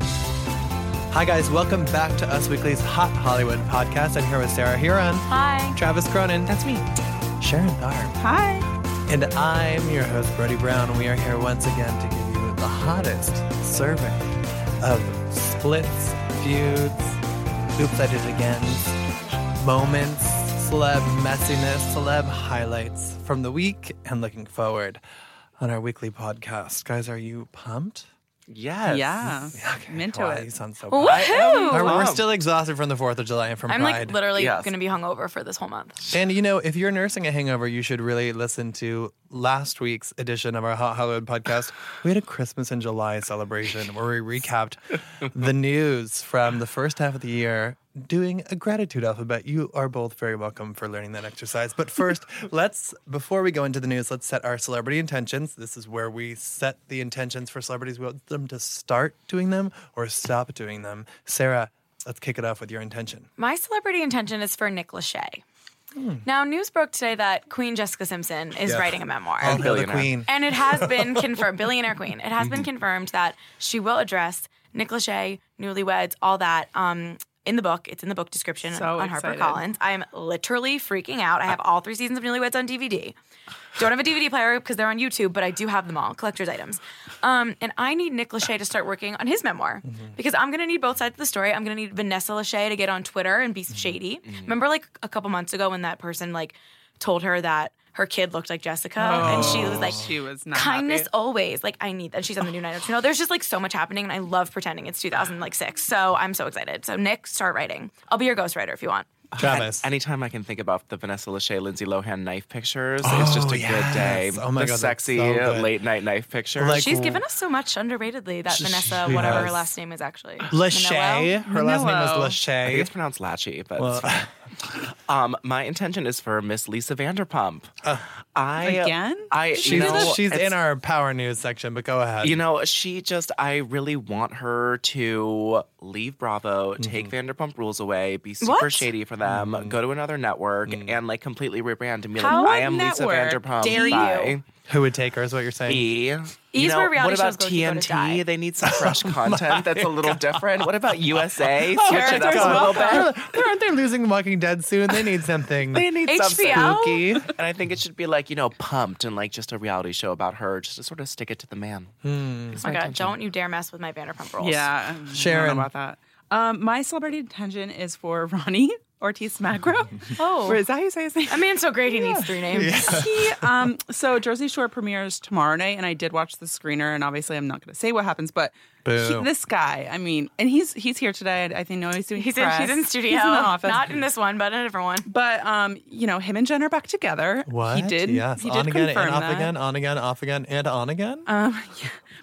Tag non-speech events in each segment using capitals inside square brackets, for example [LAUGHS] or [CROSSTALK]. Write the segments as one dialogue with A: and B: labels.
A: Hi, guys. Welcome back to Us Weekly's Hot Hollywood podcast. I'm here with Sarah Huron.
B: Hi.
A: Travis Cronin.
B: That's me.
A: Sharon Tharp.
B: Hi.
A: And I'm your host, Brody Brown. We are here once again to give you the hottest survey of splits, feuds, oops, I did it again, moments, celeb messiness, celeb highlights from the week and looking forward on our weekly podcast. Guys, are you pumped?
C: Yes.
B: Yeah.
A: [LAUGHS] Okay.
B: I'm into
A: wow, You
B: it.
A: sound so pumped. We're,
B: Woohoo!
A: we're
C: pumped.
A: still exhausted from the 4th of July and from
B: I'm
A: Pride.
B: like literally
C: Yes.
B: going to be hungover for this whole month.
A: And you know, if you're nursing a hangover, you should really listen to last week's edition of our Hot Hollywood podcast. We had a Christmas in July celebration where we recapped
B: [LAUGHS]
A: the news from the first half of the year doing a gratitude alphabet. You are both very welcome for learning that exercise. But
B: [LAUGHS]
A: first, let's before we go into the news, let's set our celebrity intentions. This is where we set the intentions for celebrities. We want them to start doing them or stop doing them. Sarah, let's kick it off with your intention.
B: My celebrity intention is for Nick Lachey. Now, news broke today that Queen Jessica Simpson is
A: Yeah. Oh,
B: writing a memoir.
A: All hail the
C: billionaire.
A: queen.
B: And
D: [LAUGHS]
B: it has been confirmed, billionaire queen. It has
D: Mm-hmm.
B: been confirmed that she will address Nick Lachey, newlyweds, all that. Um, in the book, it's in the book description
D: So
B: on
D: excited.
B: HarperCollins. I'm literally freaking out. I have all three seasons of Newlyweds on DVD. Don't have a DVD player because they're on YouTube, but I do have them all, collector's items. Um, and I need Nick Lachey to start working on his memoir
D: Mm-hmm.
B: because I'm going to need both sides of the story. I'm going to need Vanessa Lachey to get on Twitter and
D: Mm-hmm.
B: be shady. Remember, like a couple months ago, when that person like told her that her kid looked like Jessica, and she was like,
D: She was not
B: kindness
D: happy.
B: always like i need that she's on
D: [SIGHS]
B: the new night you know there's just like so much happening and i love pretending it's 2006 so i'm so excited so nick start writing i'll be your ghostwriter if you want
A: Travis.
C: Anytime I can think about the Vanessa Lachey, Lindsay Lohan knife pictures, it's just
A: Oh,
C: a
A: yes.
C: good day.
A: Oh my
C: the
A: God, that's
C: sexy
A: so good.
C: late night knife pictures.
A: Like-
B: she's given us so much underratedly that vanessa
A: she
B: whatever
A: has.
B: her last name
D: [GASPS]
B: is actually
A: Lachey.
B: Manoel?
A: Her last name is
D: Manolo.
C: I think it's
A: Lachey.
C: pronounced Lachey, but it's fine. um, my intention is for Miss Lisa Vanderpump. I
D: Again?
C: I
A: Uh, She's,
C: you know,
A: she's
C: it's-
A: in our power news section, but go ahead.
C: You know, she just, I really want her to leave Bravo, take
A: Mm-hmm.
C: Vanderpump Rules away, be super
B: What?
C: shady for them, go to another network,
A: Mm.
C: and like completely rebrand and be
D: How
C: like, I
D: would
C: am Lisa
D: network
C: Vanderpump.
D: dare you?
C: Bye.
A: Who would take her is what you're saying.
C: E.
B: E's
C: You know,
B: where reality
C: what about
B: shows go to go to die.
C: TNT? They need some fresh content that's a little different. What about USA? Switch it up
A: God.
C: a little bit.
A: They're- Aren't they losing Walking Dead soon? They need something.
C: [LAUGHS] They need some
B: HBO?
C: spooky. And I think it should be like, you know, pumped and like just a reality show about her, just to sort of stick it to the man.
B: oh my god don't you dare mess with my vanderpump rules
D: Yeah. I
A: Sharon.
D: don't know about that. Um, my celebrity intention is for [LAUGHS] Ronnie
A: [LAUGHS]
D: Ortiz Magro.
B: Oh.
D: Or is that how you say his name?
B: a man so great he needs three names
D: [LAUGHS] he, um, so Jersey Shore premieres tomorrow night, and I did watch the screener, and obviously I'm not going to say what happens, but
A: Boo.
D: he- this guy, I mean, and he's he's here today. I think no, he's doing
B: he's in
D: press.
B: he's in studio
D: He's in the office.
B: not in this one but in a different one
D: but um, you know, him and Jen are back together.
A: What?
D: He did.
A: Yes.
D: He did
A: on again
D: confirm
A: and off
D: that.
A: again, on again, off again, and on again.
B: Um,
D: Um, [LAUGHS]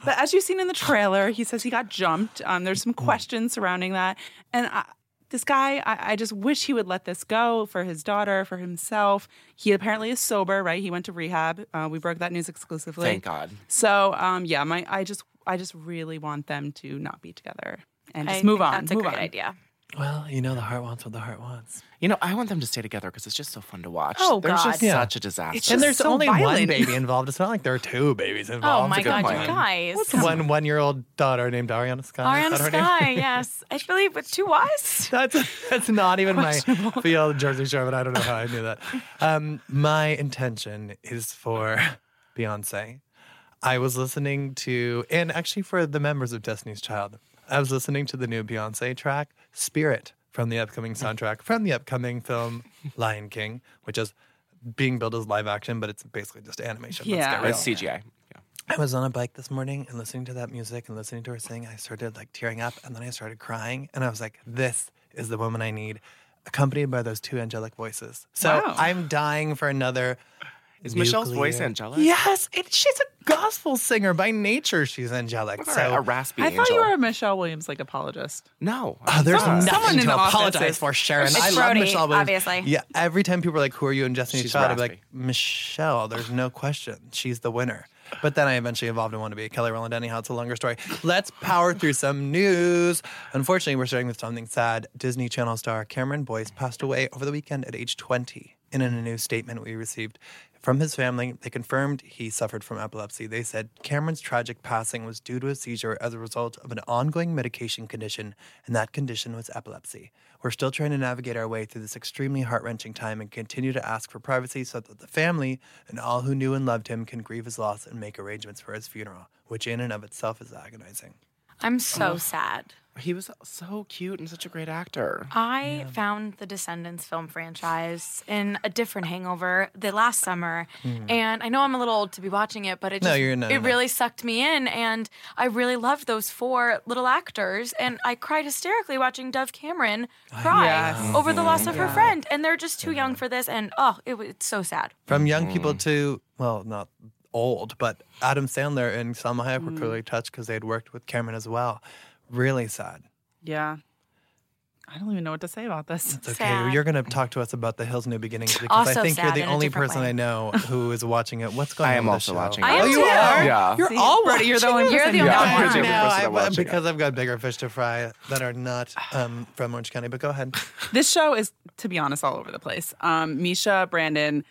D: But as you've seen in the trailer, he says he got jumped. Um, there's
C: Hmm.
D: some questions surrounding that, and I, this guy, I, I just wish he would let this go for his daughter, for himself. He apparently is sober, right? He went to rehab. Uh, we broke that news exclusively.
C: Thank God.
D: So, um, yeah, my, I just, I just really want them to not be together and just
B: I
D: move
B: think
D: on.
B: that's a
D: move
B: great
D: on.
B: idea
A: well, you know, the heart wants what the heart wants.
C: You know, I want them to stay together because it's just so fun to watch.
B: Oh,
C: There's just
B: God.
A: Yeah.
C: such a disaster.
A: and there's
D: so
A: only one
D: violent.
A: baby involved. It's not like there are two babies involved.
B: oh my
C: a good
B: god
C: point.
B: you guys
A: It's one one year old daughter named Ariana Sky.
D: [LAUGHS]
A: Is
B: Ariana
A: that her name?
B: Sky, yes. I believe with two Y's.
A: [LAUGHS] That's that's not even my [LAUGHS] field Jersey Shore, but I don't know how I knew that. Um, my intention is for Beyonce. I was listening to, and actually for the members of Destiny's Child, I was listening to the new Beyonce track, Spirit, from the upcoming soundtrack from the upcoming film Lion King, which is being billed as live action, but it's basically just animation. Let's
D: Yeah.
A: get
C: Uh,
A: real.
C: It's CGI. Yeah.
A: I was on a bike this morning and listening to that music and listening to her sing. I started like tearing up and then I started crying. And I was like, this is the woman I need, accompanied by those two angelic voices. So
D: Wow.
A: I'm dying for another.
C: Is Michelle's voice
A: nuclear-
C: angelic?
A: Yes. It, she's a gospel singer by nature. She's angelic.
C: Or
A: So
C: a raspy
D: I
C: angel.
D: thought you were a Michelle Williams like apologist.
C: No.
A: Oh, there's
D: Someone- someone
A: nothing
D: in the
A: to
D: office
A: apologize
D: is-
A: for, Sharon.
B: It's
A: I love
B: Brody,
A: Michelle Williams.
B: obviously.
A: Yeah, every time people are like, "Who are you and Destiny
C: She's
A: Child?" I'm
C: raspy.
A: like, "Michelle." There's no question. She's the winner. But then I eventually evolved and wanted to be Kelly Rowland. Anyhow, it's a longer story. Let's power through some news. Unfortunately, we're starting with something sad. Disney Channel star Cameron Boyce passed away over the weekend at age 20. And in a new statement we received from his family, they confirmed he suffered from epilepsy. They said Cameron's tragic passing was due to a seizure as a result of an ongoing medication condition, and that condition was epilepsy. We're still trying to navigate our way through this extremely heart wrenching time and continue to ask for privacy so that the family and all who knew and loved him can grieve his loss and make arrangements for his funeral, which in and of itself is agonizing.
B: I'm so sad.
C: He was so cute and such a great actor.
B: I found the Descendants film franchise in a different hangover the last summer. And I know I'm a little old to be watching it, but it
A: No,
B: just
A: you're not-
B: it
A: no.
B: really sucked me in and I really loved those four little actors and I cried hysterically watching Dove Cameron cry
D: Yes.
B: over the loss of her friend and they're just too young for this and oh, it, wa- it's so sad.
A: From young people to, well, not old, but Adam Sandler and Salma Hayek were clearly touched because they had worked with Cameron as well. Really sad.
D: Yeah. I don't even know what to say about this. [LAUGHS]
A: It's okay.
B: Sad.
A: You're going to talk to us about the Hills New Beginnings because
B: Also
A: I think you're
B: sad
A: the
B: in a
A: only
B: different
A: person
B: way.
A: I
D: [LAUGHS]
A: know who is watching it. What's going on?
C: I am
A: with the
C: also
A: show? Oh,
C: watching
B: I
C: it.
B: am
C: Oh, you
B: too.
C: are? Yeah.
D: See, all Brody, you're the only
B: You're
D: person
B: the
D: who
B: only
D: knows.
B: one.
C: You're the only
A: No,
C: person
A: I,
C: watching it.
A: because I've got bigger fish to fry that are not um, from Orange County. But go
D: [SIGHS]
A: ahead.
D: This show is, to be honest, all over the place. Um, Misha, Brandon,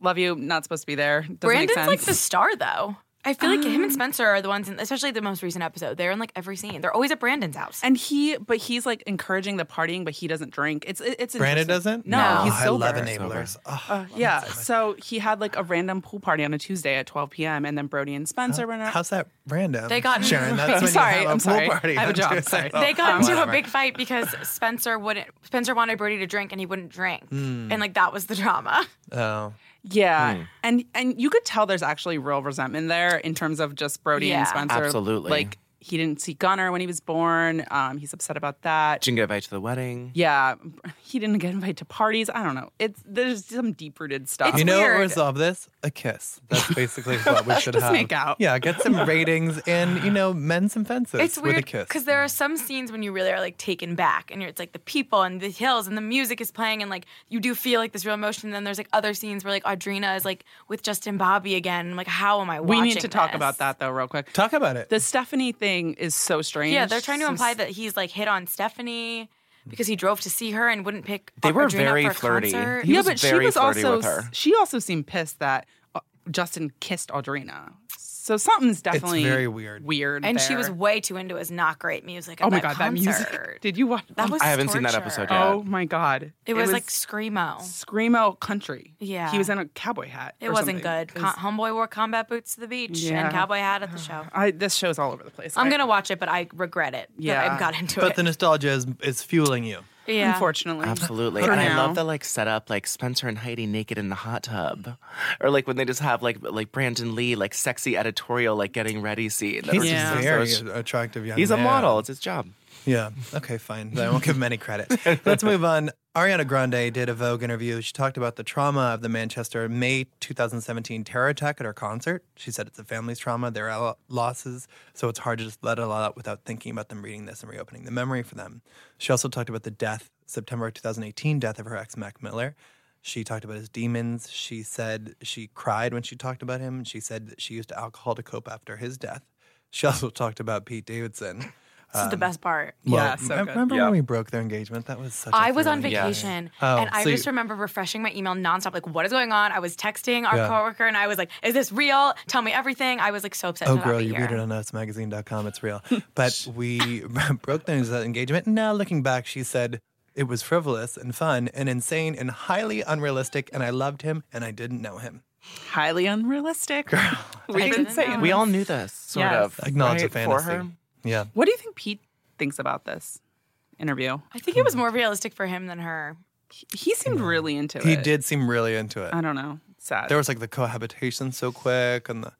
D: love you. Not supposed to be there. Doesn't make
B: Brandon's
D: sense.
B: like the star though. I feel like him and Spencer are the ones, in, especially the most recent episode. They're in like every scene. They're always at Brandon's house.
D: and he, but he's like encouraging the partying, but he doesn't drink. It's it- it's
A: Brandon
D: interesting.
A: doesn't.
D: No,
A: Oh,
D: he's
A: I
D: sober.
A: love enablers. Oh,
D: Uh, yeah, so he had like a random pool party on a Tuesday at 12 p.m. and then Brody and Spencer went out.
A: how's that random?
B: They got-
A: Sharon.
D: [LAUGHS]
A: That's
D: I'm
A: when
D: sorry,
A: You have a
D: I'm
A: pool
D: sorry.
A: Party
D: I have a
A: on
D: job,
A: Tuesday.
D: sorry.
B: They got into a
A: whatever.
B: big fight because Spencer wouldn't. Spencer wanted Brody to drink, and he wouldn't drink,
D: Hmm.
B: and like that was the drama.
A: Oh,
D: Yeah, and and you could tell there's actually real resentment there in terms of just Brody
B: Yeah.
D: and Spencer.
C: Absolutely.
D: like he didn't see Gunnar when he was born. Um, he's upset about that.
C: Didn't get invited to the wedding.
D: Yeah, he didn't get invited to parties. I don't know. It's there's some deep rooted stuff.
B: It's
A: you know what
B: weird.
A: resolve this? A kiss. That's
D: [LAUGHS]
A: basically what we should
D: Just
A: have.
D: make out.
A: Yeah, get some ratings and you know mend some fences
B: It's
A: with a
B: weird
A: kiss.
B: because there are some scenes when you really are like taken back, and you're, it's like the people and the hills and the music is playing, and like you do feel like this real emotion. And then there's like other scenes where like Audrina is like with Justin Bobby again. I'm like, how am I?
D: we
B: Watching
D: need to talk
B: this?
D: about that though, real quick.
A: Talk about it.
D: The Stephanie thing is so strange.
B: Yeah, they're trying to
D: Some
B: imply
D: s-
B: that he's like hit on Stephanie because he drove to see her and wouldn't pick.
C: They
B: up
C: were
B: Audrina
C: very
B: for a
C: flirty.
B: concert.
C: He
D: yeah,
C: was
D: but she
C: very
D: was
C: flirty
D: also
C: with her.
D: she also seemed pissed that uh, Justin kissed Audrina. So something's definitely
A: very weird.
D: Weird,
B: And she
D: there.
B: was way too into his not great music. At
D: Oh my
B: that
D: god, that music!
B: concert.
D: Did you watch
B: That was
C: I haven't seen that
B: torture.
C: episode yet.
D: Oh my god,
B: It, was, like screamo.
D: screamo country.
B: Yeah.
D: he was in a cowboy hat.
B: It
D: or
B: wasn't
D: something.
B: good.
D: It
B: Con-
D: was-
B: Homeboy wore combat boots to the beach
D: Yeah.
B: and cowboy hat at the
A: Uh-huh.
B: show.
D: I, this show's all over the place.
B: I'm
D: I-
B: gonna watch it, but I regret it. that
D: Yeah.
B: I got into
A: but
B: it.
A: the nostalgia is, is fueling you.
B: yeah.
D: unfortunately.
C: Absolutely.
D: For
C: And I
D: now.
C: love the like setup, like Spencer and Heidi naked in the hot tub. Or like when they just have like like Brandon Lee, like sexy editorial, like getting ready scene. That
A: He's
C: was just
D: Yeah.
A: a
C: so-
A: very
C: so-
A: attractive young
C: he's a
A: man.
C: model. It's his job.
A: Yeah. Okay, fine. Then I won't give him any credit. [LAUGHS] Let's move on. Ariana Grande did a Vogue interview. She talked about the trauma of the Manchester May 2017 terror attack at her concert. She said it's a family's trauma, their al- losses, so it's hard to just let it all out without thinking about them reading this and reopening the memory for them. She also talked about the death, September 2018 death of her ex Mac Miller. She talked about his demons. She said she cried when she talked about him. She said that she used alcohol to cope after his death. She also [LAUGHS] talked about Pete Davidson.
B: this
A: Um,
B: is the best part.
D: Yeah,
A: Well,
D: so
A: I
D: good.
A: remember
C: Yeah.
A: when we broke their engagement? That was such. I
B: I was on
C: Yeah.
B: vacation
A: Oh,
B: and I
A: so
B: just
A: you-
B: remember refreshing my email nonstop. Like, what is going on? I was texting our
A: Yeah.
B: coworker and I was like, "Is this real? Tell me everything." I was like so upset.
A: Oh,
B: to not
A: girl,
B: be
A: you
B: here.
A: read it on usmagazine.com. It's
B: [LAUGHS]
A: real. But we [LAUGHS] broke the news of that engagement. Now, looking back, she said it was frivolous and fun and insane and highly unrealistic. And I loved him and I didn't know him.
D: highly unrealistic. [LAUGHS] We've
B: I
D: been
B: didn't
D: saying
B: know.
C: We all knew this, sort
D: Yes.
C: of.
A: Acknowledge a
C: right, For
A: fantasy.
C: her.
A: Yeah.
D: What do you think Pete thinks about this interview.
B: I think
A: Hmm.
B: it was more realistic for him than her.
D: He seemed really into it.
A: He did seem really into it.
D: I don't know. Sad.
A: There was like the cohabitation so quick and the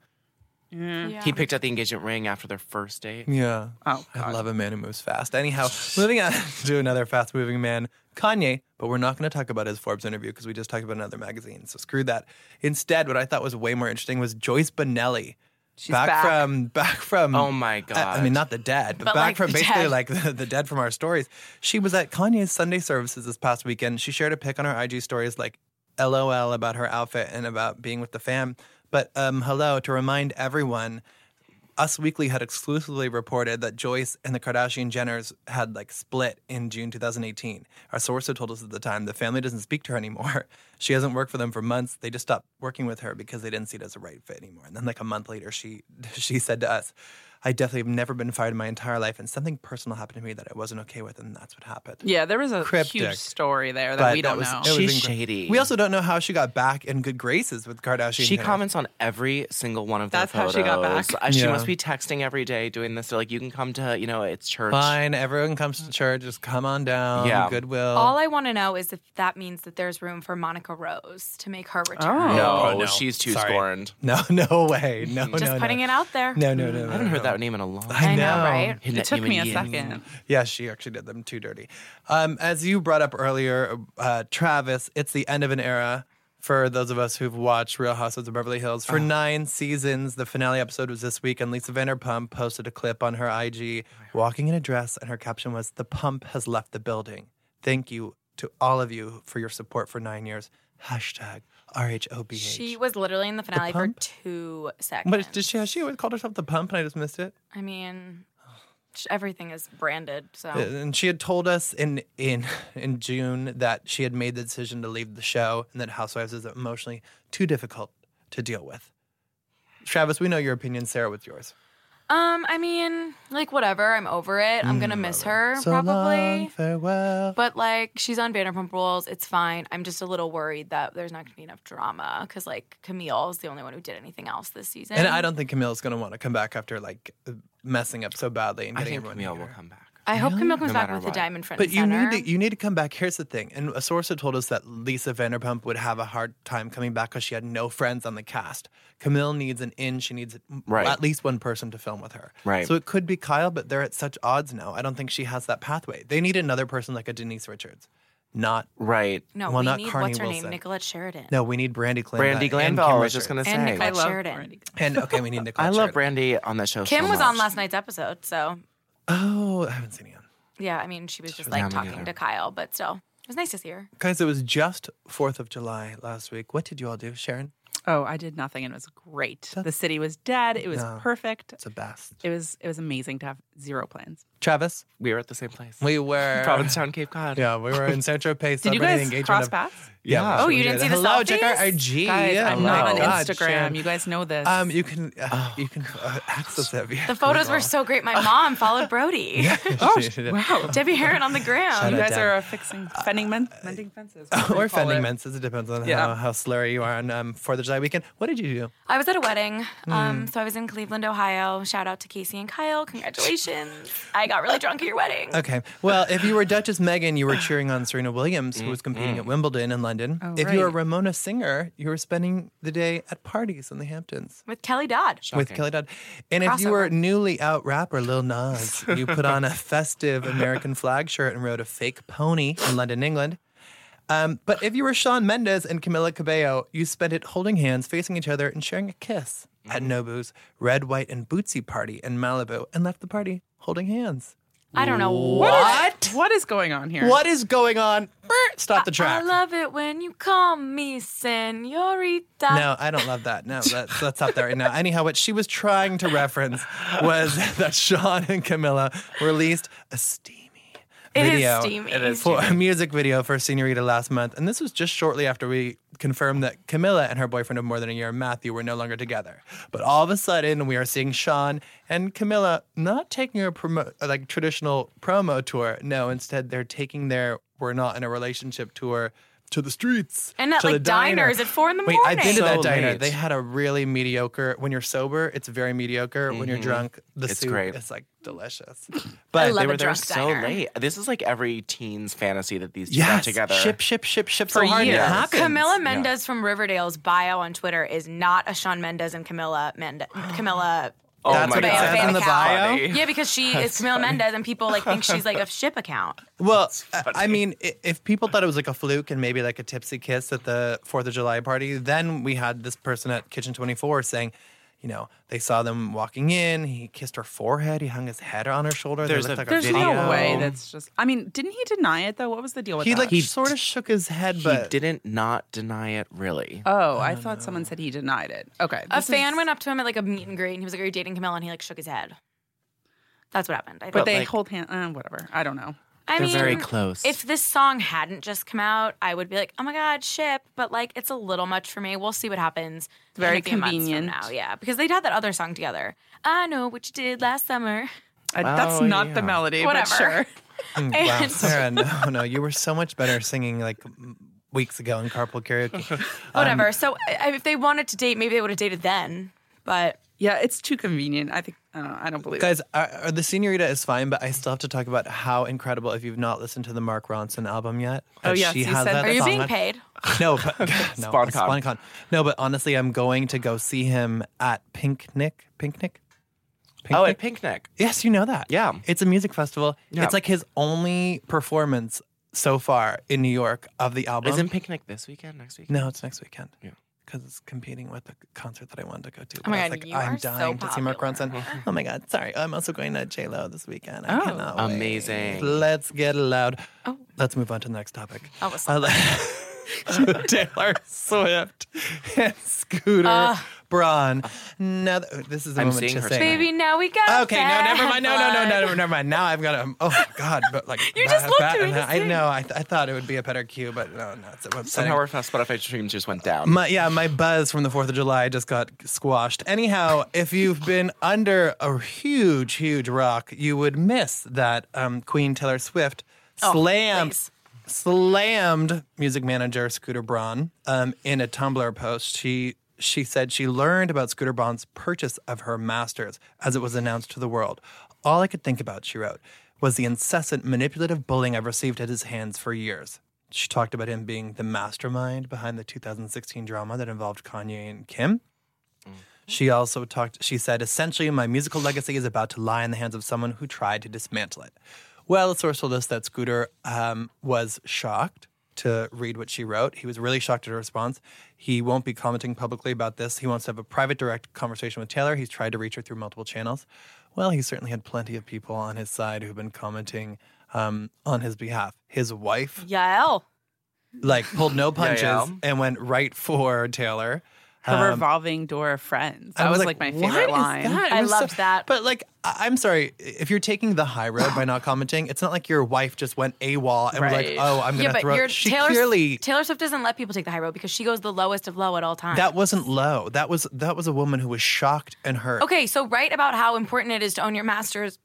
A: Hmm.
C: He picked up the engagement ring after their first date.
A: yeah.
D: Oh,
A: I love a man who moves fast. Anyhow, moving on [LAUGHS] to another fast moving man, Kanye, but we're not going to talk about his Forbes interview because we just talked about another magazine. So screw that. Instead, what I thought was way more interesting was Joyce Bonelli. She's
D: back.
A: from back from
C: Oh my
A: I, I mean not the dead, but,
B: But,
A: back
B: like,
A: from
B: the
A: basically
B: dead.
A: like [LAUGHS] the, the dead from our stories. She was at Kanye's Sunday services this past weekend. She shared a pic on her IG stories like LOL about her outfit and about being with the fam. But um hello to remind everyone us Weekly had exclusively reported that Joyce and the Kardashian Jenners had like split in June 2018. Our source had told us at the time the family doesn't speak to her anymore. [LAUGHS] She hasn't worked for them for months. They just stopped working with her because they didn't see it as a right fit anymore. And then like a month later, she [LAUGHS] she said to us, "I definitely have never been fired in my entire life, and something personal happened to me that I wasn't okay with, and that's what happened."
D: yeah, there was a
A: Cryptic.
D: huge story there that
A: But
D: we
A: that
D: don't
A: was-
D: know.
A: it was
C: She's
A: incre-
C: shady.
A: We also don't know how she got back in good graces with Kardashian.
C: She
A: Jenner.
C: comments on every single one of
D: That's
C: their
D: how
C: photos.
D: she got back.
C: Uh, She
A: Yeah.
C: must be texting every day doing this. They're like, you can come to, you know, it's church.
A: "Fine, everyone comes to church. Just come on down.
C: Yeah.
A: Goodwill."
B: All I want to know is if that means that there's room for Monica Rose to make her return.
C: No,
A: Oh, no.
C: she's too
A: Sorry.
C: scorned.
A: no, [LAUGHS] no way. No, no,
B: Just
A: Oh, no.
B: putting it out there.
A: No, no, no.
C: I haven't heard that name in a long
B: I
C: time.
B: know,
A: No.
B: right?
C: Hidden
D: It
C: that
D: took me a
C: human being.
D: second.
A: Yeah, she actually did them too dirty. Um, as you brought up earlier, uh, Travis, it's the end of an era for those of us who've watched Real Housewives of Beverly Hills for nine seasons. The finale episode was this week, and Lisa Vanderpump posted a clip on her IG walking in a dress, and her caption was, The pump has left the building. Thank you to all of you for your support for nine years. Hashtag RHOBH.
B: She was literally in the finale for
A: pump?
B: two seconds.
A: But did she, has she always called herself the pump, and I just missed it?
B: I mean, sh- everything is branded. So
A: Uh, And she had told us in in [LAUGHS] in June that she had made the decision to leave the show and that Housewives is emotionally too difficult to deal with. Travis, we know your opinion. Sarah, what's yours?
B: Um, I mean, like whatever. I'm over it. I'm
A: Mm,
B: gonna miss her probably.
A: farewell.
B: But like, she's on Vanderpump Rules. It's fine. I'm just a little worried that there's not gonna be enough drama because like Camille is the only one who did anything else this season.
A: And I don't think Camille's going to want to come back after like messing up so badly and
C: I
A: getting
C: think
A: everyone.
C: Camille
A: here.
C: will come back.
B: I hope Camille comes
C: No
B: back
C: matter
B: with
C: what.
B: a diamond front
A: But
B: and
A: you
B: center.
A: need to you need to come back. Here's the thing, and a source had told us that Lisa Vanderpump would have a hard time coming back because she had no friends on the cast. Camille needs an in; she needs
C: Right.
A: at least one person to film with her.
C: Right.
A: So it could be Kyle, but they're at such odds now. I don't think she has that pathway. They need another person like a Denise Richards, not
C: Right.
B: no,
A: well,
B: we
A: not
B: need
A: Carney
B: what's her
A: Wilson.
B: name, Nicolette Sheridan.
A: no. We need Brandy Glanville.
C: Brandy
A: and
C: Glanville.
A: Kim
C: I was just gonna
A: Richards.
C: say.
B: and Nicolette
D: love
B: Sheridan.
D: Brandy.
A: And okay, we
C: [LAUGHS]
A: need Nicole.
C: I love Brandy on that show.
B: Kim
C: so
B: was on
C: much.
B: last night's episode, so
A: Oh, I haven't seen it.
B: yeah. I mean, she was just like
C: me
B: talking
C: neither.
B: to Kyle, but still, it was nice to see her.
A: Guys, it was just Fourth of July last week. What did you all do, Sharon?
D: Oh, I did nothing and it was great. The city was dead. It was
A: No.
D: perfect.
A: It's a best.
D: It was it was amazing to have zero plans.
A: Travis,
C: We were at the same place.
A: we were
C: Provincetown, Cape Cod.
A: Yeah, we were in San Tropez.
D: [LAUGHS] Did you
A: celebrating the
D: guys
A: engagement
D: cross
A: of-
D: paths?
A: Yeah.
C: Yeah.
A: we
C: Oh,
A: sure
B: you didn't
A: did.
B: see the
A: Hello, check our
B: selfies?
A: IG.
D: Guys,
A: Oh
D: I'm
A: my
D: not on
A: God,
D: Instagram.
A: Sharon.
D: You guys Oh. know this.
A: Um, you can uh, you can uh, access it. Via
B: The photos
A: [LAUGHS]
B: were so great. My mom followed Brody.
A: oh,
D: wow.
B: [LAUGHS] Debbie Heron on the
A: Shout
D: You
B: ground.
A: out.
D: guys
A: Deb.
D: are uh, fixing fending men, mending
A: [LAUGHS]
D: fences. whatever
A: Or
D: they call
A: fending
D: it.
A: menses. It depends on how,
D: Yeah.
A: how slurry you are on um, Fourth of July weekend. What did you do?
B: I was at a wedding.
A: Hmm.
B: Um, so I was in Cleveland, Ohio. Shout out to Casey and Kyle. Congratulations. I got really drunk at your wedding.
A: Okay. Well, if you were Duchess Megan, you were cheering on Serena Williams, who was competing at Wimbledon in London. if you were
D: Oh, right.
A: Ramona Singer, you were spending the day at parties in the Hamptons.
B: With Kelly Dodd.
A: with Kelly Dodd. And if you were newly out rapper Lil Nas, [LAUGHS] you put on a festive American flag shirt and rode a fake pony in London, England. Um, but if you were Sean Mendes and Camila Cabello, you spent it holding hands, facing each other, and sharing a kiss at Nobu's red, white, and bootsy party in Malibu and left the party holding hands.
B: I don't know
D: What?
B: what.
D: is- what is going on here?
A: [LAUGHS] What is going on? Brr, Stop the
B: I
A: track.
B: love it when you call me senorita.
A: [LAUGHS] No, I don't love that. No, let's let's stop that right now. Anyhow, what she was trying to reference was [LAUGHS] that Sean and Camilla released a steamy
B: It is
A: video.
B: steamy. It is
A: for a music video for Senorita last month, and this was just shortly after we confirmed that Camilla and her boyfriend of more than a year, Matthew, were no longer together. But all of a sudden, we are seeing Sean and Camilla not taking a promo like traditional promo tour. No, instead they're taking their "We're not in a relationship" tour to the streets.
B: And at,
A: to the
B: like, diners at four in the
A: Wait, I've been to
C: morning.
A: that
C: So
A: diner.
C: late.
A: They had a really mediocre. When you're sober, it's very mediocre. When you're drunk, the
C: Mm-hmm. It's
A: soup
C: great.
A: is like delicious.
B: [LAUGHS] I
A: But
B: love
C: they were
B: a
C: there
B: drunk
C: so
B: diner.
C: late. This is like every teen's fantasy that these two
A: yeah,
C: got together.
A: Ship, ship, ship, ship so
B: For
A: hard
B: years.
A: it happens.
B: Camila Mendez from Riverdale's bio on Twitter is not a Sean Mendez and Camila
A: [GASPS]
B: Mendez. Camila.
C: Oh
A: That's
C: my
A: what it
C: God.
B: says in the
C: that's
B: bio.
C: funny.
B: Yeah, because
A: [LAUGHS]
B: she is Camila Mendez, and people like think she's like a ship account.
A: Well, I- I mean, i- if people thought it was like a fluke and maybe like a tipsy kiss at the Fourth of July party, then we had this person at Kitchen 24 saying, you know, they saw them walking in. He kissed her forehead. He hung his head on her shoulder.
C: There's
A: they looked
C: a
A: like
D: There's
A: a video.
D: no way that's just. I mean, didn't he deny it though? What was the deal with
A: he
D: that?
A: like sort of shook his head,
C: he
A: but
C: didn't not deny it really.
D: oh, I thought someone said he denied it. Okay,
B: A
D: this
B: fan
D: is-
B: went up to him at like a meet and greet, and he was like, "Are you dating Camila?" And he like shook his head. That's what happened. I
D: but
B: think.
D: they
C: like-
D: hold hand. Uh, whatever. I don't know.
B: I
C: They're
B: mean,
C: very close.
B: If this song hadn't just come out, I would be like, "Oh my god, ship!" But like, it's a little much for me. We'll see what happens. It's
D: very convenient.
B: now, yeah, because they'd had that other song together. I know what you did last summer.
D: I, that's
C: Oh,
D: not
C: yeah.
D: the melody.
B: Whatever.
D: But sure. [LAUGHS]
A: wow,
B: And-
A: Sarah, [LAUGHS] no, no, you were so much better singing like m- weeks ago in carpool karaoke.
B: Whatever. so I, if they wanted to date, maybe they would have dated then. But
D: Yeah, it's too convenient. I think. I don't. know, I don't believe.
A: Guys, uh, uh, the Senorita is fine, but I still have to talk about how incredible. If you've not listened to the Mark Ronson album yet,
D: Oh,
A: that
D: yes,
A: she
D: you
A: has
D: said
A: that
D: that.
B: are you
A: song
B: being
A: on-
B: paid?
A: No,
B: [LAUGHS]
A: but [LAUGHS] no,
C: SponCon.
A: SponCon. No, but honestly, I'm going to go see him at Pinknick. Pinknick. Pinknick?
C: oh, at Pinknick.
A: yes, you know that.
C: Yeah.
A: it's a music festival.
C: Yeah.
A: It's like his only performance so far in New York of the album.
C: Isn't Picnic this weekend? Next weekend?
A: no, it's next weekend.
C: Yeah.
A: Because it's competing with the concert that I wanted to go to.
B: Oh
A: But
B: my
A: I was
B: God,
A: like,
B: you
A: I'm
B: are so
A: dying to see Mark
B: popular.
A: Ronson. oh my God, sorry. I'm also going to J Lo this weekend. I
D: Oh.
A: cannot wait.
C: Amazing.
A: Let's get loud.
B: Oh.
A: Let's move on to the next topic.
B: Oh, what's
A: Uh, [LAUGHS] Taylor Swift and Scooter
B: Ah.
A: Braun. Now, th- this is the
C: I'm
A: moment
C: seeing
A: to
C: her
A: say.
C: tonight.
B: Baby, now we got.
A: Okay, no, never
B: bad
A: mind. No, no, no, no,
B: blood.
A: never, never mind. Now I've got to. Oh God, but like
B: [LAUGHS] You just
A: that-
B: looked
A: that-
B: at me the
A: I
B: same.
A: know. I, th- I thought it would be a better cue, but no, no. It's upsetting.
C: Somehow our Spotify streams just went down.
A: My, yeah, my buzz from the 4th of July just got squashed. Anyhow, if you've been under a huge, huge rock, you would miss that um, Queen Taylor Swift slammed,
B: please.
A: slammed music manager Scooter Braun um, in a Tumblr post. She she said she learned about Scooter Braun's purchase of her masters as it was announced to the world. All I could think about, she wrote, was the incessant manipulative bullying I've received at his hands for years. She talked about him being the mastermind behind the 2016 drama that involved Kanye and Kim. She also talked, she said, essentially, my musical legacy is about to lie in the hands of someone who tried to dismantle it. Well, a source told us that Scooter um, was shocked to read what she wrote. He was really shocked at her response. He won't be commenting publicly about this. He wants to have a private, direct conversation with Taylor. He's tried to reach her through multiple channels. Well, he certainly had plenty of people on his side who've been commenting um, on his behalf. His wife
B: Yael.
A: like pulled no punches
C: [LAUGHS] yeah.
A: and went right for Taylor.
D: Her revolving door of friends. That
A: um, I
D: was, like, my
A: "What
D: favorite
A: is
D: line.
A: that?" It
B: I
A: was
B: loved that.
A: But like, I- I'm sorry if you're taking the high road by not commenting. It's not like your wife just went AWOL and was like,
D: Right.
A: "Oh, I'm
B: Yeah,
A: gonna
B: but
A: throw."
B: you're,
A: she
B: Taylor,
A: clearly
B: Taylor Swift doesn't let people take the high road because she goes the lowest of low at all times.
A: that wasn't low. That was that was a woman who was shocked and hurt.
B: Okay, so write about how important it is to own your masters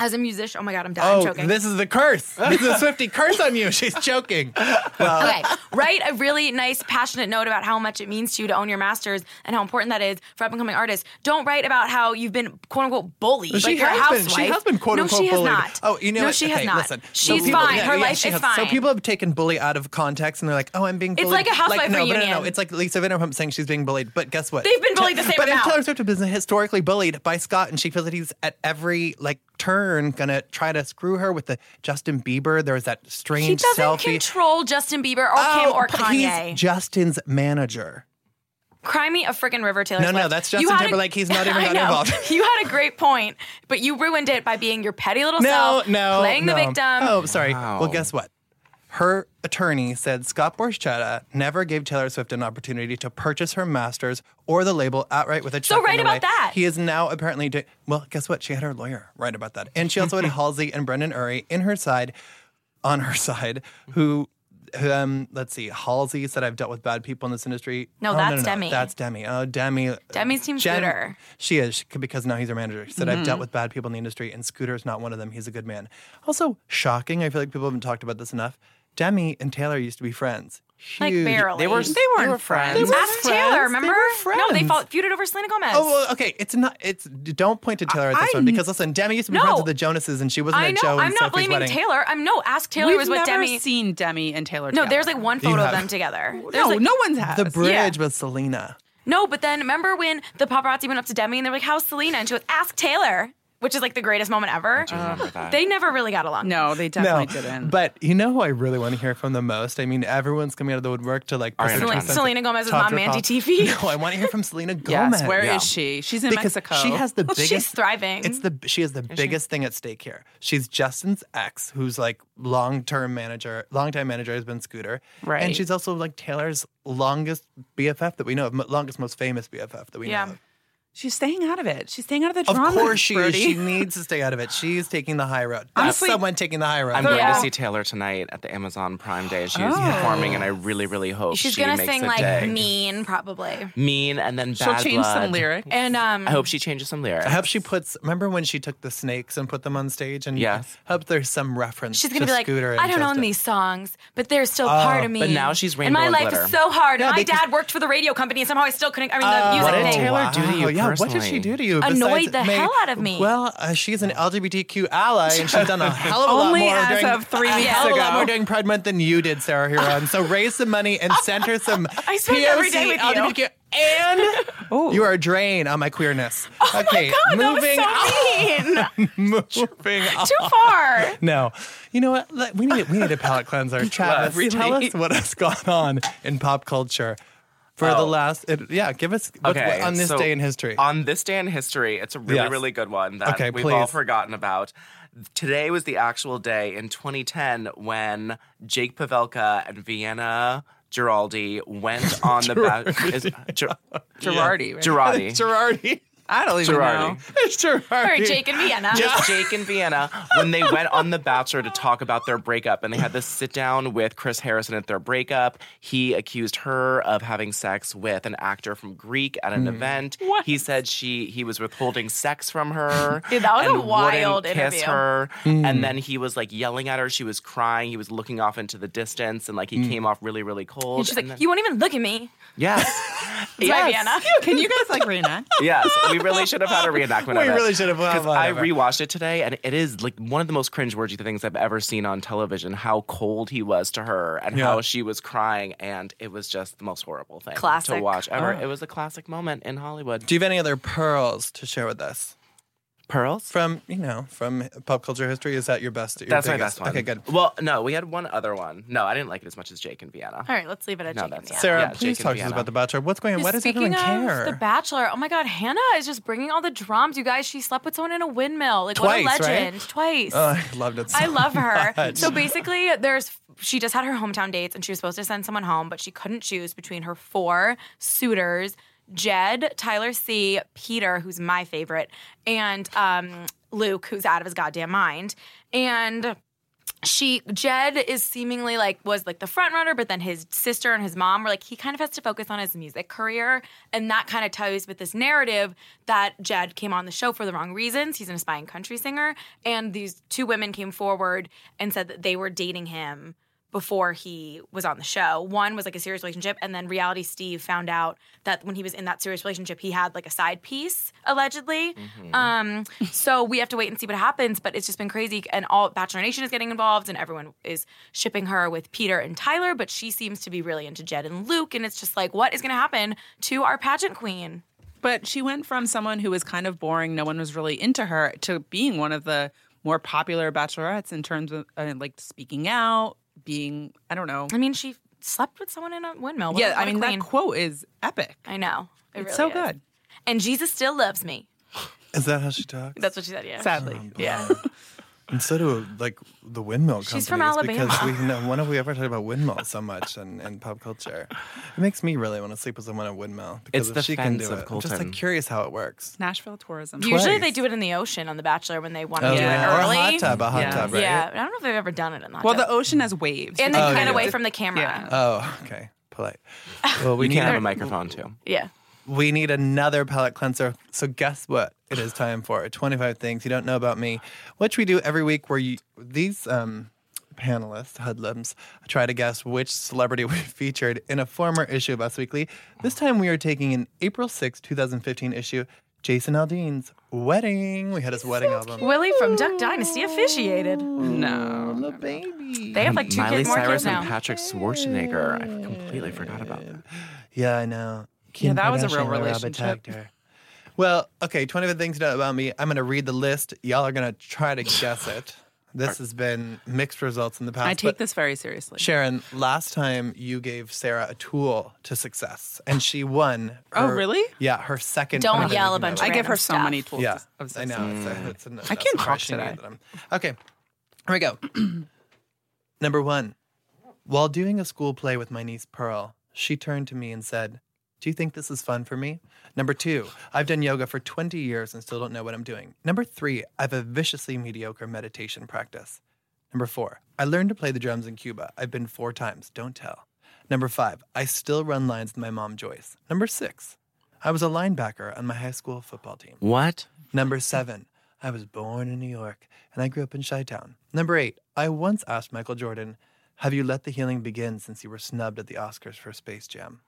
B: as a musician. Oh my god, I'm dying.
A: Oh,
B: I'm choking.
A: this is the curse. This is a Swifty curse on you. She's joking. Well,
B: okay, [LAUGHS] write a really nice, passionate note about how much it means to you to own your masters and how important that is for up and coming artists. Don't write about how you've been quote unquote bullied.
A: She
B: like your
A: has been-
B: housewife.
A: she has been, quote,
B: no,
A: unquote,
B: she has
A: bullied.
B: not.
A: Oh, you know
B: no,
A: what?
B: she has
A: Okay,
B: not.
A: listen. So
B: She's
A: people-
B: fine.
A: yeah,
B: Her
A: yeah,
B: life
A: she
B: is
A: has-
B: fine.
A: So people have taken bully out of context, and they're like, "Oh, I'm being
B: It's
A: bullied."
B: like a housewife
A: no, but no, no,
B: reunion.
A: it's like Lisa Vanderpump saying she's being bullied. But guess what?
B: They've been bullied
A: Ta-
B: the same
A: But if
B: amount.
A: Taylor Swift has been historically bullied by Scott, and she feels that he's at every like turn gonna try to screw her with the Justin Bieber. There was that strange
B: he doesn't
A: selfie.
B: control Justin Bieber or Kim
A: Oh,
B: or
A: but he's
B: Kanye.
A: Justin's manager.
B: Cry me a freaking river, Taylor
A: No, no,
B: Swift.
A: that's
B: You
A: Justin
B: had a-
A: Timberlake. He's not even
B: [LAUGHS] I
A: that
B: know.
A: involved.
B: you had a great point, but you ruined it by being your petty little
A: No,
B: self,
A: no,
B: playing the
A: no.
B: victim.
A: Oh, sorry.
C: Wow.
A: Well, guess what? Her attorney said Scott Borchetta never gave Taylor Swift an opportunity to purchase her masters or the label outright with a check.
B: So write
A: in the
B: about
A: way.
B: that.
A: He is now apparently doing. Well, guess what? She had her lawyer write about that, and she also
B: [LAUGHS]
A: had Halsey and Brendan Urie in her side, on her side, who. who, Um, let's see. Halsey said, "I've dealt with bad people in this industry."
B: No,
A: Oh,
B: that's
A: no, no,
B: Demi.
A: That's Demi. Oh, Demi.
B: Demi's team Scooter.
A: She is she- because now he's her manager. She said, "I've
B: Mm-hmm.
A: dealt with bad people in the industry, and Scooter's not one of them. He's a good man." Also, shocking. I feel like people haven't talked about this enough. Demi and Taylor used to be friends.
B: Like
A: Huge-
B: barely.
C: They were they
D: weren't
C: were friends.
D: friends. They were
B: Ask Taylor,
D: friends. They
B: remember?
D: were
B: No, they
D: friends.
B: fought, feuded over Selena Gomez.
A: Oh, well, okay. It's not. It's don't point to Taylor at this
D: I-
A: one because listen, Demi used to be
B: No.
A: friends with the Jonases, and she wasn't
B: I
A: at
B: know.
A: Joe and
B: I'm not
A: Sophie's
B: blaming
A: wedding.
B: Taylor. I'm no. Ask Taylor
D: We've
B: was with
D: never
B: Demi.
D: seen Demi and Taylor.
B: no,
D: together.
B: there's like one photo of
A: have-
B: them together. There's
D: no,
B: like,
D: no one's had
A: The
D: us.
A: bridge with Selena.
B: No, but then remember when the paparazzi went up to Demi and they were like, "How's Selena?" and she was, "Ask Taylor," which is like the greatest moment ever. They never really got along.
D: No, they
A: No,
D: definitely didn't.
A: but you know who I really want to hear from the most? I mean, everyone's coming out of the woodwork to like
C: Ariana
A: present
C: Grande.
A: themselves-
B: Selena Gomez's
A: talk to
B: mom,
A: her
B: Mandy
A: pop-
B: TV.
A: No, I want to hear from Selena
D: yes,
A: Gomez.
D: where is
C: Yeah.
D: she? She's in
A: because
D: Mexico.
A: she has the biggest.
B: [LAUGHS] She's thriving.
A: It's the she has the biggest thing at stake here. She's Justin's ex, who's like long term manager, long time manager has been Scooter, And
D: Right.
A: she's also like Taylor's longest BFF that we know of, mo- longest most famous BFF that we
B: Yeah.
A: know of.
D: She's staying out of it. She's staying out of the
A: Of
D: drama.
A: course she is.
D: Brody.
A: She needs to stay out of it. She's taking the high road. That's
D: Honestly-
A: someone taking the high road.
C: I'm going
B: Yeah.
C: to see Taylor tonight at the Amazon Prime Day. She's
A: Oh.
C: performing, and I really, really hope
B: She's
C: she
B: gonna
C: makes
B: sing
C: a
B: like
C: day.
B: mean, probably.
C: mean, and
D: [LAUGHS]
C: then
D: She'll
C: Bad
D: change some
C: Blood.
D: lyrics.
B: And um,
C: I hope she changes some lyrics.
A: I hope she puts. Remember when she took the snakes and put them on stage? And
C: Yes.
A: I hope there's some reference.
B: she's gonna
A: to
B: be like,
A: Scooter and
B: "I don't own
A: Justin."
B: these songs, but they're still part of me."
C: Oh, but now she's
B: and
C: rainbow
B: my
C: and
B: life
C: glitter.
B: is so hard. and my
A: they just-
B: dad worked for the radio company, and somehow I still couldn't. I mean, the
A: Uh,
B: music
C: Uh, What did
B: thing. [LAUGHS]
C: Taylor do to you
A: Yeah, what did she
C: personally?
A: do to you?
B: Annoyed
A: besides
B: the
A: make-
B: hell out of me.
A: Well, uh, she's an LGBTQ ally, and she's
C: [LAUGHS]
A: done a hell of a lot
D: Only
A: more
D: as
A: during,
D: of
A: [LAUGHS]
D: three
A: a
D: weeks
A: hell of a lot
D: ago.
A: more during Pride Month than you did, Sarah Huron. So raise some money
B: [LAUGHS]
A: and send her some
B: I spend
A: POC
B: every day with you.
A: LGBTQ.
C: [LAUGHS]
A: And you are a drain on my
B: [LAUGHS]
A: queerness. okay,
B: Oh that was
A: moving on.
B: so mean.
A: [LAUGHS] Moving on.
B: Too far.
A: No, you know what? Let- We need we need a palate
C: [LAUGHS]
A: cleanser. Travis,
C: Really?
A: tell us what has gone on in pop culture for the
C: Oh.
A: last. It, yeah, give us what's-
C: Okay,
A: on this
C: so
A: day in history.
C: On this day in history, it's a really,
A: Yes.
C: really good one that
A: Okay,
C: we've all
A: please.
C: forgotten about. Today was the actual day in 2010 when Jake Pavelka and Vienna Giraldi
A: [LAUGHS]
C: went on the ba- is, Gir-
D: Girardi. Right?
A: [LAUGHS]
C: Girardi. [LAUGHS]
A: Girardi.
D: I don't even
A: [LAUGHS]
C: Girardi.
D: know.
A: It's Girardi.
B: All right, Jake and Vienna.
C: Just Jake and Vienna when they went on The Bachelor to talk about their breakup, and they had this sit down with Chris Harrison at their breakup. He accused her of having sex with an actor from Greek at an event. He said she he was withholding sex from her.
B: [LAUGHS] Dude, that was a
C: and wouldn't
B: wild
C: kiss
B: interview.
C: her. And then he was like yelling at her. She was crying. He was looking off into the distance, and like he came off really, really cold.
B: And she's
C: and
B: like,
C: then-
B: "You won't even look at me."
C: yes,
B: It's my Vienna.
D: Can you guys like reenact?
C: yes, we really should have had a reenactment.
A: We
C: of it.
A: really should have had
C: 'Cause
A: one
C: I
A: of it.
C: rewatched it today, and it is like one of the most cringeworthy things I've ever seen on television. How cold he was to her, and
A: Yeah.
C: how she was crying, and it was just the most horrible thing
B: Classic.
C: to watch ever.
A: Ah.
C: It was a classic moment in Hollywood.
A: Do you have any other pearls to share with us
C: Pearls.
A: from you know from pop culture history? Is that your best? Your
C: That's my
A: biggest?
C: best one.
A: Okay, good.
C: Well, no, we had one other one. No, I didn't like it as much as Jake and Vienna.
B: All right, let's leave it at
C: No,
B: Jake and
C: that's-
B: Vienna.
A: Sarah,
C: Yeah,
A: please
C: Jake and
A: talk to us
C: Vienna.
A: about the Bachelor. What's going on? Why does
B: Speaking
A: everyone care?
B: of The Bachelor, oh my God, Hannah is just bringing all the drums. You guys, she slept with someone in a windmill. Like
A: Twice,
B: what a
A: right?
B: legend. Twice.
A: oh, I loved it. So
B: I love her.
A: much.
B: So basically, there's she just had her hometown dates and she was supposed to send someone home, but she couldn't choose between her four suitors: Jed, Tyler C, Peter, who's my favorite, and um, Luke, who's out of his goddamn mind, and. She Jed is seemingly like was like the front runner, but then his sister and his mom were like he kind of has to focus on his music career, and that kind of ties with this narrative that Jed came on the show for the wrong reasons. He's an aspiring country singer, and these two women came forward and said that they were dating him before he was on the show. One was like a serious relationship, and then Reality Steve found out that when he was in that serious relationship, he had like a side piece allegedly. Um, so we have to wait and see what happens. But it's just been crazy, and all Bachelor Nation is getting involved, and everyone is shipping her with Peter and Tyler. But she seems to be really into Jed and Luke, and it's just like, what is going to happen to our pageant queen?
D: But she went from someone who was kind of boring, no one was really into her, to being one of the more popular bachelorettes in terms of uh, like speaking out, being I don't know.
B: I mean, she slept with someone in a windmill. What a-
D: Yeah,
B: what
D: I
B: a
D: mean that
B: queen.
D: quote is epic.
B: I know. It
D: It's so
B: really is.
D: good.
B: And Jesus still loves me.
A: is that how she talks?
B: That's what she said. Yeah.
D: Sadly, [LAUGHS]
B: Yeah.
A: Instead of like the windmill companies,
B: She's from
A: because
B: Alabama.
A: we know when have we ever talked about windmills so much in, in pop culture? It makes me really want to sleep with someone at windmill because
C: It's
A: if
C: the
A: she can do
C: fence
A: it,
C: of
A: I'm just like
C: Colton.
A: curious how it works.
D: Nashville tourism.
B: Usually
A: Twice.
B: they do it in the ocean on The Bachelor when they want to do
D: Oh, yeah.
B: it
A: or
B: early.
A: a hot tub, a hot
D: Yeah.
A: tub, right?
B: Yeah, I don't know if they've ever done it in the hot
D: Well,
B: tub.
D: the ocean has waves.
B: and they
A: Oh,
B: cut
A: yeah.
B: away from the camera.
A: Oh, okay, polite. Well, we
C: You
A: need
C: can't have a microphone too.
B: Yeah.
A: we need another palate cleanser. So guess what? It is time for 25 things you don't know about me, which we do every week. Where you these um panelists, hoodlums, try to guess which celebrity [LAUGHS] we featured in a former issue of Us Weekly. This time we are taking an April 6, 2015 issue, Jason Aldean's Wedding. We had his wedding album.
B: Willie from Duck Dynasty officiated.
D: No.
A: The baby.
B: They have like two
C: Miley
B: kids, more
C: Cyrus
B: kids now.
C: and Patrick Schwarzenegger. I completely forgot about that.
A: Yeah, I know.
D: Yeah,
A: Kim
D: that was a real
A: Kardashian, the rabbit
D: relationship.
A: tagged her. Well, okay, 21 things to know about me. I'm going to read the list. Y'all are going to try to guess it. This has been mixed results in the past.
D: I
A: but-
D: take this very seriously.
A: Sharon, last time you gave Sarah a tool to success, and she won.
D: Oh,
A: her-
D: really?
A: Yeah, her second.
B: Don't
A: Olympic
B: yell a
A: medal.
B: bunch
D: I give her so
B: Random
D: many tools.
A: Yeah,
D: Of
A: I know. It's a, it's a,
D: I can't talk today.
A: Okay, here we go. [CLEARS THROAT] Number one. While doing a school play with my niece Pearl, she turned to me and said, "Do you think this is fun for me?" Number two. I've done yoga for 20 years and still don't know what I'm doing. Number three. I have a viciously mediocre meditation practice. Number four, I learned to play the drums in Cuba. I've been four times, don't tell. Number five, I still run lines with my mom, Joyce. Number six, I was a linebacker on my high school football team.
C: What?
A: Number seven, I was born in New York and I grew up in Chi Town. Number eight, I once asked Michael Jordan, Have you let the healing begin since you were snubbed at the Oscars for Space Jam?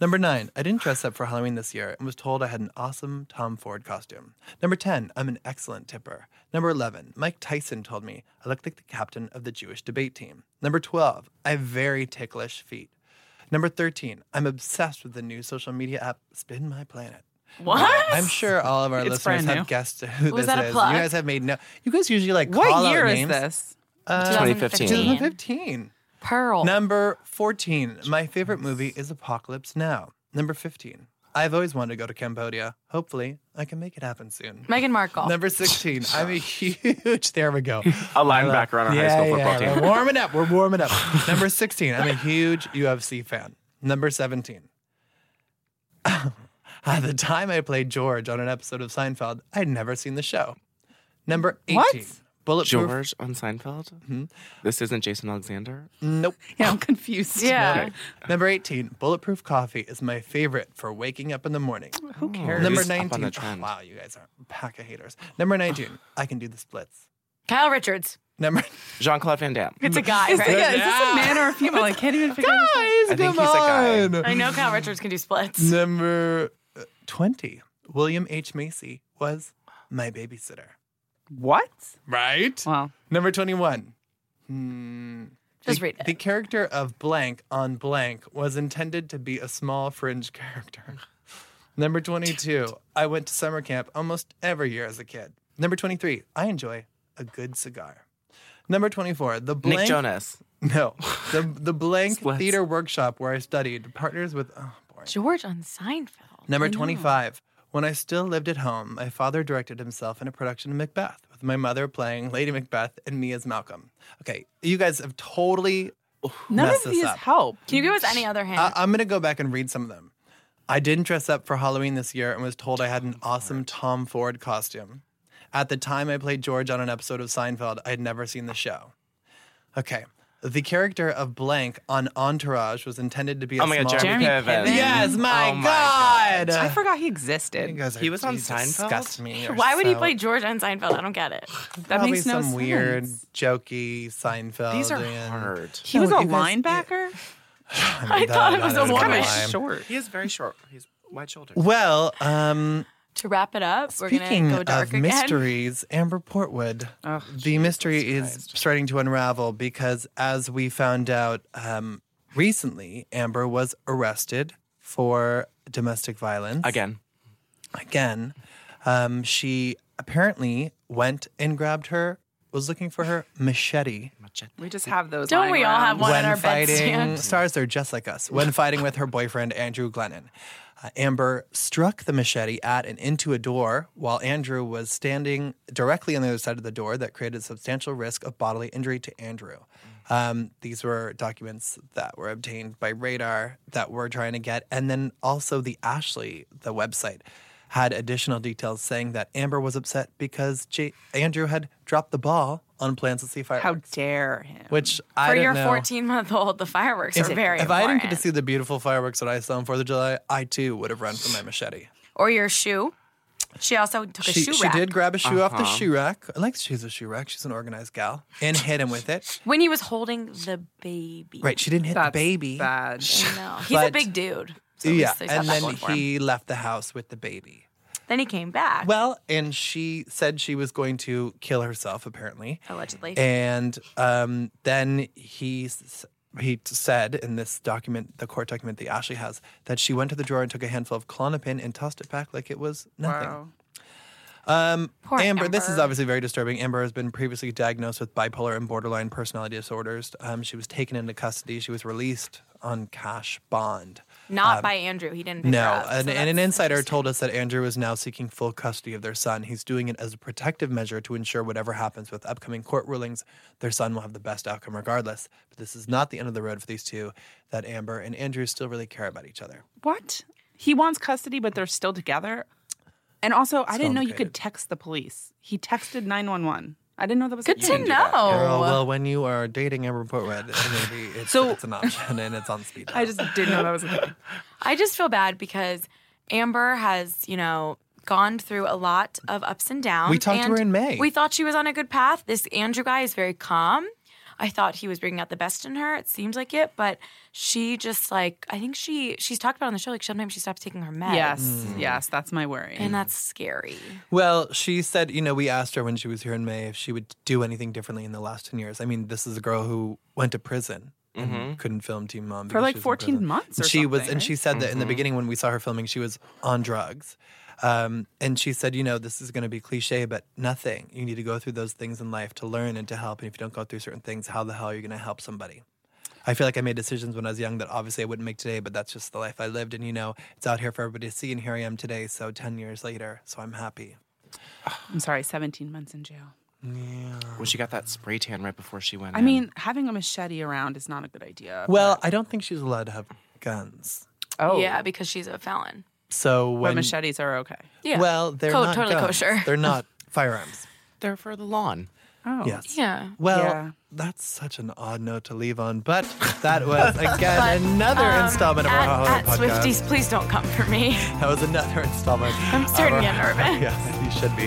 A: Number nine, I didn't dress up for Halloween this year and was told I had an awesome Tom Ford costume. Number 10, I'm an excellent tipper. Number 11, Mike Tyson told me I looked like the captain of the Jewish debate team. Number 12, I have very ticklish feet. Number 13, I'm obsessed with the new social media app Spin My Planet.
B: What?
A: I'm sure all of our
D: It's
A: listeners
D: brand new.
A: have guessed who this
B: Was that a
A: is.
B: plug?
A: You guys have made no. You guys usually like call
D: [LAUGHS] What
A: out
D: year is
A: names.
D: this?
A: Uh,
C: 2015.
A: 2015.
D: Oh.
B: Pearl.
A: Number 14. My favorite movie is Apocalypse Now. Number 15. I've always wanted to go to Cambodia. Hopefully, I can make it happen soon.
B: Meghan Markle.
A: Number 16. I'm a [LAUGHS] huge. There we go.
C: A linebacker on our high school football
A: We're
C: team.
A: warming up. We're warming
C: [LAUGHS]
A: up. Number 16, I'm a huge UFC fan. Number 17. [LAUGHS] At the time I played George on an episode of Seinfeld, I'd never seen the show. Number 18.
D: What?
A: Bulletproof.
C: George on Seinfeld?
A: Mm-hmm.
C: This isn't Jason Alexander?
A: Nope.
D: Yeah, I'm confused.
B: Yeah.
A: Number 18. Bulletproof coffee is my favorite for waking up in the morning.
D: Who cares?
A: Number
C: Up on
A: 19.
C: the
A: oh,
C: trend.
A: wow, you guys are a pack of haters. Number 19. I can do the splits.
B: Kyle Richards.
A: Number
C: Jean Claude Van Damme.
B: It's
A: [LAUGHS]
B: a guy,
D: Is, it-
B: right?
D: yeah, is this a man [LAUGHS] or a female? I can't even figure this out.
C: I think he's a guy.
B: [LAUGHS] I know Kyle Richards can do splits.
A: Number uh, 20, William H. Macy was my babysitter.
D: What?
A: Right?
D: Wow.
A: Number 21. Hmm.
B: Just
A: the,
B: read it.
A: The character of blank on blank was intended to be a small fringe [LAUGHS] character. Number 22. I went to summer camp almost every year as a kid. Number 23. I enjoy a good cigar. Number 24. The blank
C: Nick Jonas.
A: [LAUGHS] No. The the blank
C: Splits.
A: theater workshop where I studied partners with oh boy.
B: George on Seinfeld.
A: Number 25. When I still lived at home, my father directed himself in a production of Macbeth, with my mother playing Lady Macbeth and me as Malcolm. Okay, you guys have totally
D: None
A: messed
D: of
A: this
D: these
A: up.
D: help.
B: Can you give us any other hint?
A: I- I'm going to go back and read some of them. I didn't dress up for Halloween this year and was told I had an awesome Tom Ford costume. At the time, I played George on an episode of Seinfeld. I had never seen the show. Okay. The character of blank on Entourage was intended to be a
C: Oh my god,
A: small-
C: Jeremy,
D: Jeremy
C: Piven.
D: Piven.
A: Yes, my,
C: Oh my
A: God.
D: I forgot he existed.
A: You guys are-
C: He was on
A: you Disgust
C: Seinfeld?
A: me. You're
B: Why would he
A: so-
B: play George on Seinfeld? I don't get it.
D: That
A: Probably
D: makes no
A: some
D: sense.
A: weird, jokey Seinfeld.
C: These are
A: and-
C: hard.
D: He
A: No,
D: was a
A: you guys-
D: linebacker.
A: I, mean,
B: I thought it was a
A: is
B: woman.
D: Kind of
A: lie.
D: short.
C: He is very short. He's wide shouldered.
A: Well, um,
B: To wrap it up, we're
A: speaking
B: gonna go dark
A: of
B: again. [LAUGHS]
A: mysteries, Amber Portwood.
D: Oh,
A: the mystery is starting to unravel because, as we found out um, recently, Amber was arrested for domestic violence
C: Again.
A: again, um, she apparently went and grabbed her, was looking for her machete.
D: We just have those.
B: Don't
D: lying
B: we all have
D: around.
B: one
A: when
B: at our
A: fighting
B: bedstand?
A: stars, they're just like us. When fighting with her boyfriend Andrew Glennon, uh, Amber struck the machete at and into a door while Andrew was standing directly on the other side of the door. That created substantial risk of bodily injury to Andrew. Um, these were documents that were obtained by Radar that we're trying to get, and then also the Ashley, the website. Had additional details saying that Amber was upset because J- Andrew had dropped the ball on plans to see
D: How
A: fireworks,
D: dare him?
A: which I
B: For
A: don't
B: your
A: know.
B: 14 month old, the fireworks are very
A: If I
B: important.
A: didn't get to see the beautiful fireworks that I saw on Fourth of July, I too would have run for my machete.
B: or your shoe. She also took a
A: She,
B: shoe
A: she
B: rack.
A: did grab a shoe off the shoe rack. I like she's a shoe rack. She's an organized gal and hit him with it.
B: When he was holding the baby.
A: Right. She didn't hit the
E: That's
A: baby.
E: Bad.
A: [LAUGHS]
B: I know. He's a
A: But-
B: big dude. So at
A: Yeah.
B: least they set
A: And
B: that
A: then
B: one for him.
A: he left the house with the baby.
B: Then he came back.
A: Well, and she said she was going to kill herself, apparently.
B: allegedly.
A: And um, then he s- he t- said in this document, the court document that Ashley has, that she went to the drawer and took a handful of Klonopin and tossed it back like it was nothing.
D: Wow.
A: Um,
B: Poor
A: Amber, this is
B: Amber.
A: obviously very disturbing. Amber has been previously diagnosed with bipolar and borderline personality disorders. Um, she was taken into custody. She was released on cash bond.
B: Not by Andrew. He didn't pick her
A: um, No,
B: up.
A: and,
B: so
A: and an
B: that's
A: insider
B: interesting.
A: told us that Andrew is now seeking full custody of their son. He's doing it as a protective measure to ensure whatever happens with upcoming court rulings, their son will have the best outcome regardless. But this is not the end of the road for these two, that Amber and Andrew still really care about each other.
D: What? He wants custody, but they're still together. And also, I didn't know you
A: complicated.
D: could text the police. He texted 911. I didn't know that was
B: Good to
C: can
B: know.
C: do that.
A: Girl, well, when you are dating a report red, maybe it's,
D: So-
A: it's an option and it's on speed.
D: I just didn't know that was a
B: [LAUGHS]
D: thing.
B: I just feel bad because Amber has, you know, gone through a lot of ups and downs.
A: We talked to
B: and
A: her in May.
B: We thought she was on a good path. This Andrew guy is very calm. I thought he was bringing out the best in her. It seems like it, but she just like I think she she's talked about on the show. Like sometimes she stops taking her meds.
D: Yes,
A: Mm.
D: yes, that's my worry.
B: and uh, that's scary.
A: Well, she said, you know, we asked her when she was here in May if she would do anything differently in the last 10 years. I mean, this is a girl who went to prison and couldn't film Teen Mom
D: For
A: because
D: like
A: she was in
D: 14
A: prison.
D: months or
A: And she was,
D: something,
A: and
D: right?
A: she said that in the beginning when we saw her filming, she was on drugs. Um, and she said, you know, this is going to be cliche, but nothing. You need to go through those things in life to learn and to help. And if you don't go through certain things, how the hell are you going to help somebody? I feel like I made decisions when I was young that obviously I wouldn't make today, but that's just the life I lived. And, you know, it's out here for everybody to see. And here I am today. So 10 years later. So I'm happy.
D: I'm sorry, 17 months in jail.
C: Well, she got that spray tan right before she went.
D: I
C: in.
D: mean, having a machete around is not a good idea.
A: Well, I don't think she's allowed to have guns.
D: oh,
B: Yeah, because she's a felon.
A: So
D: But
A: when
D: machetes are okay.
B: Yeah.
A: well, they're
B: Co-
A: not
B: totally
A: guns.
B: kosher. [LAUGHS]
A: They're not firearms.
C: they're for the lawn.
D: Oh,
A: Yes.
B: Yeah.
A: Well,
D: Yeah.
A: that's such an odd note to leave on, but that
B: [LAUGHS]
A: was again another installment of our Hot
B: um, At, at
A: Hollywood podcast.
B: Swifties, please don't come for me.
A: That was another installment.
B: [LAUGHS]
A: I'm
B: starting to
A: [LAUGHS]
B: get nervous.
A: Yeah, you should be.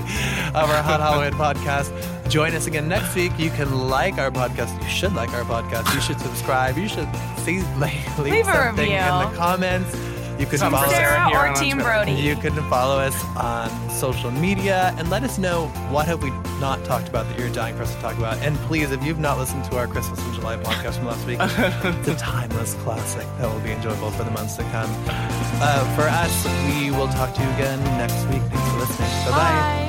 A: Of our Hot
B: [LAUGHS]
A: Hollywood podcast. Join us again next week. You can like our podcast. You should like our podcast. You should subscribe. You should see, [LAUGHS] like, leave,
B: Leave a
A: something in the
B: review.
A: comments. You can
C: Come
A: follow
C: for Sarah
B: Sarah
C: here
B: or
C: on
B: Team
C: Twitter.
B: Brody.
A: You can follow us on social media and let us know what have we not talked about that you're dying for us to talk about. And please, if you've not listened to our Christmas in July podcast from
B: [LAUGHS]
A: last week, it's a timeless classic that will be enjoyable for the months to come. Uh, for us, we will talk to you again next week. Thanks for listening. Bye-bye.
B: Bye.